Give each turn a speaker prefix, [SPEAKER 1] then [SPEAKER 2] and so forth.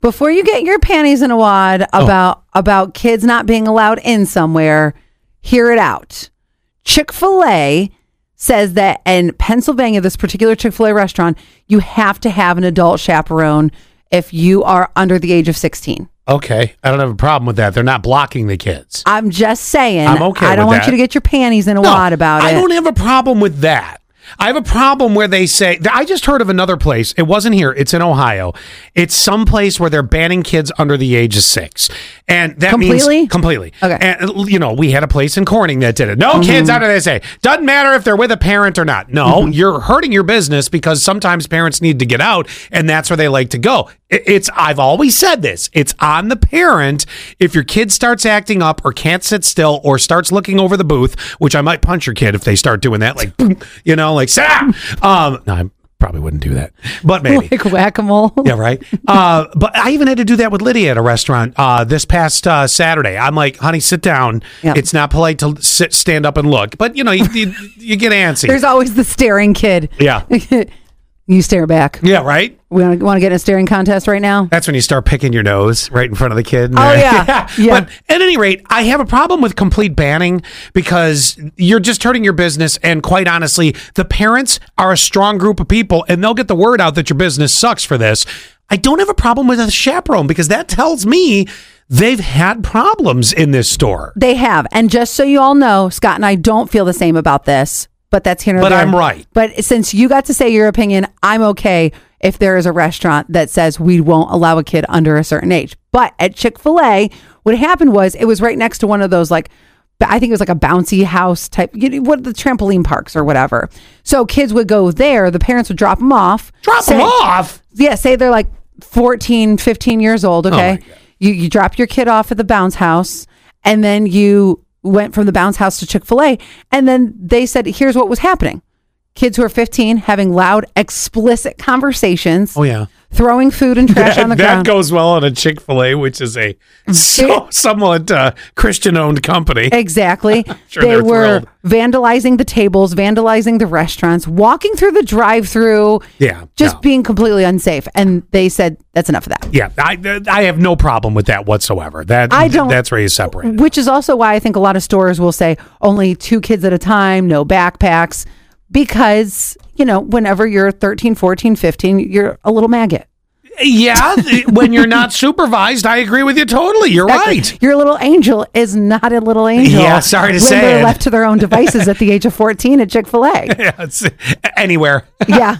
[SPEAKER 1] before you get your panties in a wad
[SPEAKER 2] Oh.
[SPEAKER 1] about about kids not being allowed in somewhere, hear it out. Chick-fil-A says that in Pennsylvania, this particular Chick-fil-A restaurant, you have to have an adult chaperone if you are under the age of 16.
[SPEAKER 2] Okay, I don't have a problem with that. They're not blocking the kids.
[SPEAKER 1] I'm just saying.
[SPEAKER 2] I'm okay
[SPEAKER 1] I don't
[SPEAKER 2] with
[SPEAKER 1] want
[SPEAKER 2] that.
[SPEAKER 1] you to get your panties in a
[SPEAKER 2] No,
[SPEAKER 1] wad about
[SPEAKER 2] I
[SPEAKER 1] it.
[SPEAKER 2] don't have a problem with that. I have a problem where they say I just heard of another place. It wasn't here. It's in Ohio. It's some place where they're banning kids under the age of six, and that
[SPEAKER 1] Completely?
[SPEAKER 2] means completely.
[SPEAKER 1] Okay.
[SPEAKER 2] And you know, we had a place in Corning that did it. No kids under this age. Doesn't matter if they're with a parent or not. No, you're hurting your business because sometimes parents need to get out, and that's where they like to go. I- It's I've always said this. It's on the parent if your kid starts acting up or can't sit still or starts looking over the booth, which I might punch your kid if they start doing that. Like, boom, you know, like sit down. Um, no, I probably wouldn't do that, but maybe.
[SPEAKER 1] like whack-a-mole.
[SPEAKER 2] Yeah, right. Uh, but I even had to do that with Lydia at a restaurant uh, this past uh, Saturday. I'm like, honey, sit down.
[SPEAKER 1] Yeah.
[SPEAKER 2] It's not polite to sit, stand up and look. But you know, you, you, you get antsy.
[SPEAKER 1] There's always the staring kid.
[SPEAKER 2] yeah,
[SPEAKER 1] You stare back.
[SPEAKER 2] yeah, right.
[SPEAKER 1] We want to get in a staring contest right now.
[SPEAKER 2] That's when you start picking your nose right in front of the kid.
[SPEAKER 1] Oh, yeah. Yeah.
[SPEAKER 2] But at any rate, I have a problem with complete banning because you're just hurting your business. And quite honestly, the parents are a strong group of people and they'll get the word out that your business sucks for this. I don't have a problem with a chaperone because that tells me they've had problems in this store.
[SPEAKER 1] They have. And just so you all know, Scott and I don't feel the same about this, but that's here. nor
[SPEAKER 2] But
[SPEAKER 1] there.
[SPEAKER 2] I'm right.
[SPEAKER 1] But since you got to say your opinion, I'm okay if there is a restaurant that says we won't allow a kid under a certain age. But at Chick fil A, what happened was it was right next to one of those like, I think it was like a bouncy house type, you know, what the trampoline parks or whatever. So kids would go there. The parents would drop them off.
[SPEAKER 2] Drop
[SPEAKER 1] say-
[SPEAKER 2] them off.
[SPEAKER 1] yeah, say they're like 14, 15 years
[SPEAKER 2] Oh
[SPEAKER 1] old, okay? you you drop your kid off at the bounce house and then you went from the bounce house to Chick-fil-A and then they said here's what was happening. Kids who are 15 having loud explicit conversations,
[SPEAKER 2] Oh, yeah.
[SPEAKER 1] throwing food and trash on the
[SPEAKER 2] that, that
[SPEAKER 1] ground.
[SPEAKER 2] goes well on a Chick fil A, which is a so, somewhat uh, Christian owned company.
[SPEAKER 1] Exactly.
[SPEAKER 2] sure
[SPEAKER 1] they
[SPEAKER 2] they're
[SPEAKER 1] were
[SPEAKER 2] thrilled.
[SPEAKER 1] vandalizing the tables, vandalizing the restaurants, walking through the drive-through,
[SPEAKER 2] Yeah,
[SPEAKER 1] just
[SPEAKER 2] no.
[SPEAKER 1] being completely unsafe and they said that's enough of that.
[SPEAKER 2] Yeah, I I have no problem with that whatsoever. That
[SPEAKER 1] I don't-
[SPEAKER 2] That's where you separate. it.
[SPEAKER 1] Which is also why I think a lot of stores will say only two kids at a time, no backpacks, because, you know, whenever you're 13, 14, 15, you're a little maggot.
[SPEAKER 2] Yeah, th- when you're not supervised, I agree with you totally. You're right.
[SPEAKER 1] Your little angel is not a little angel.
[SPEAKER 2] Yeah, sorry to
[SPEAKER 1] when
[SPEAKER 2] say
[SPEAKER 1] They're
[SPEAKER 2] it.
[SPEAKER 1] left to their own devices at the age of 14 at Chick fil A.
[SPEAKER 2] Yeah, it's- anywhere.
[SPEAKER 1] yeah.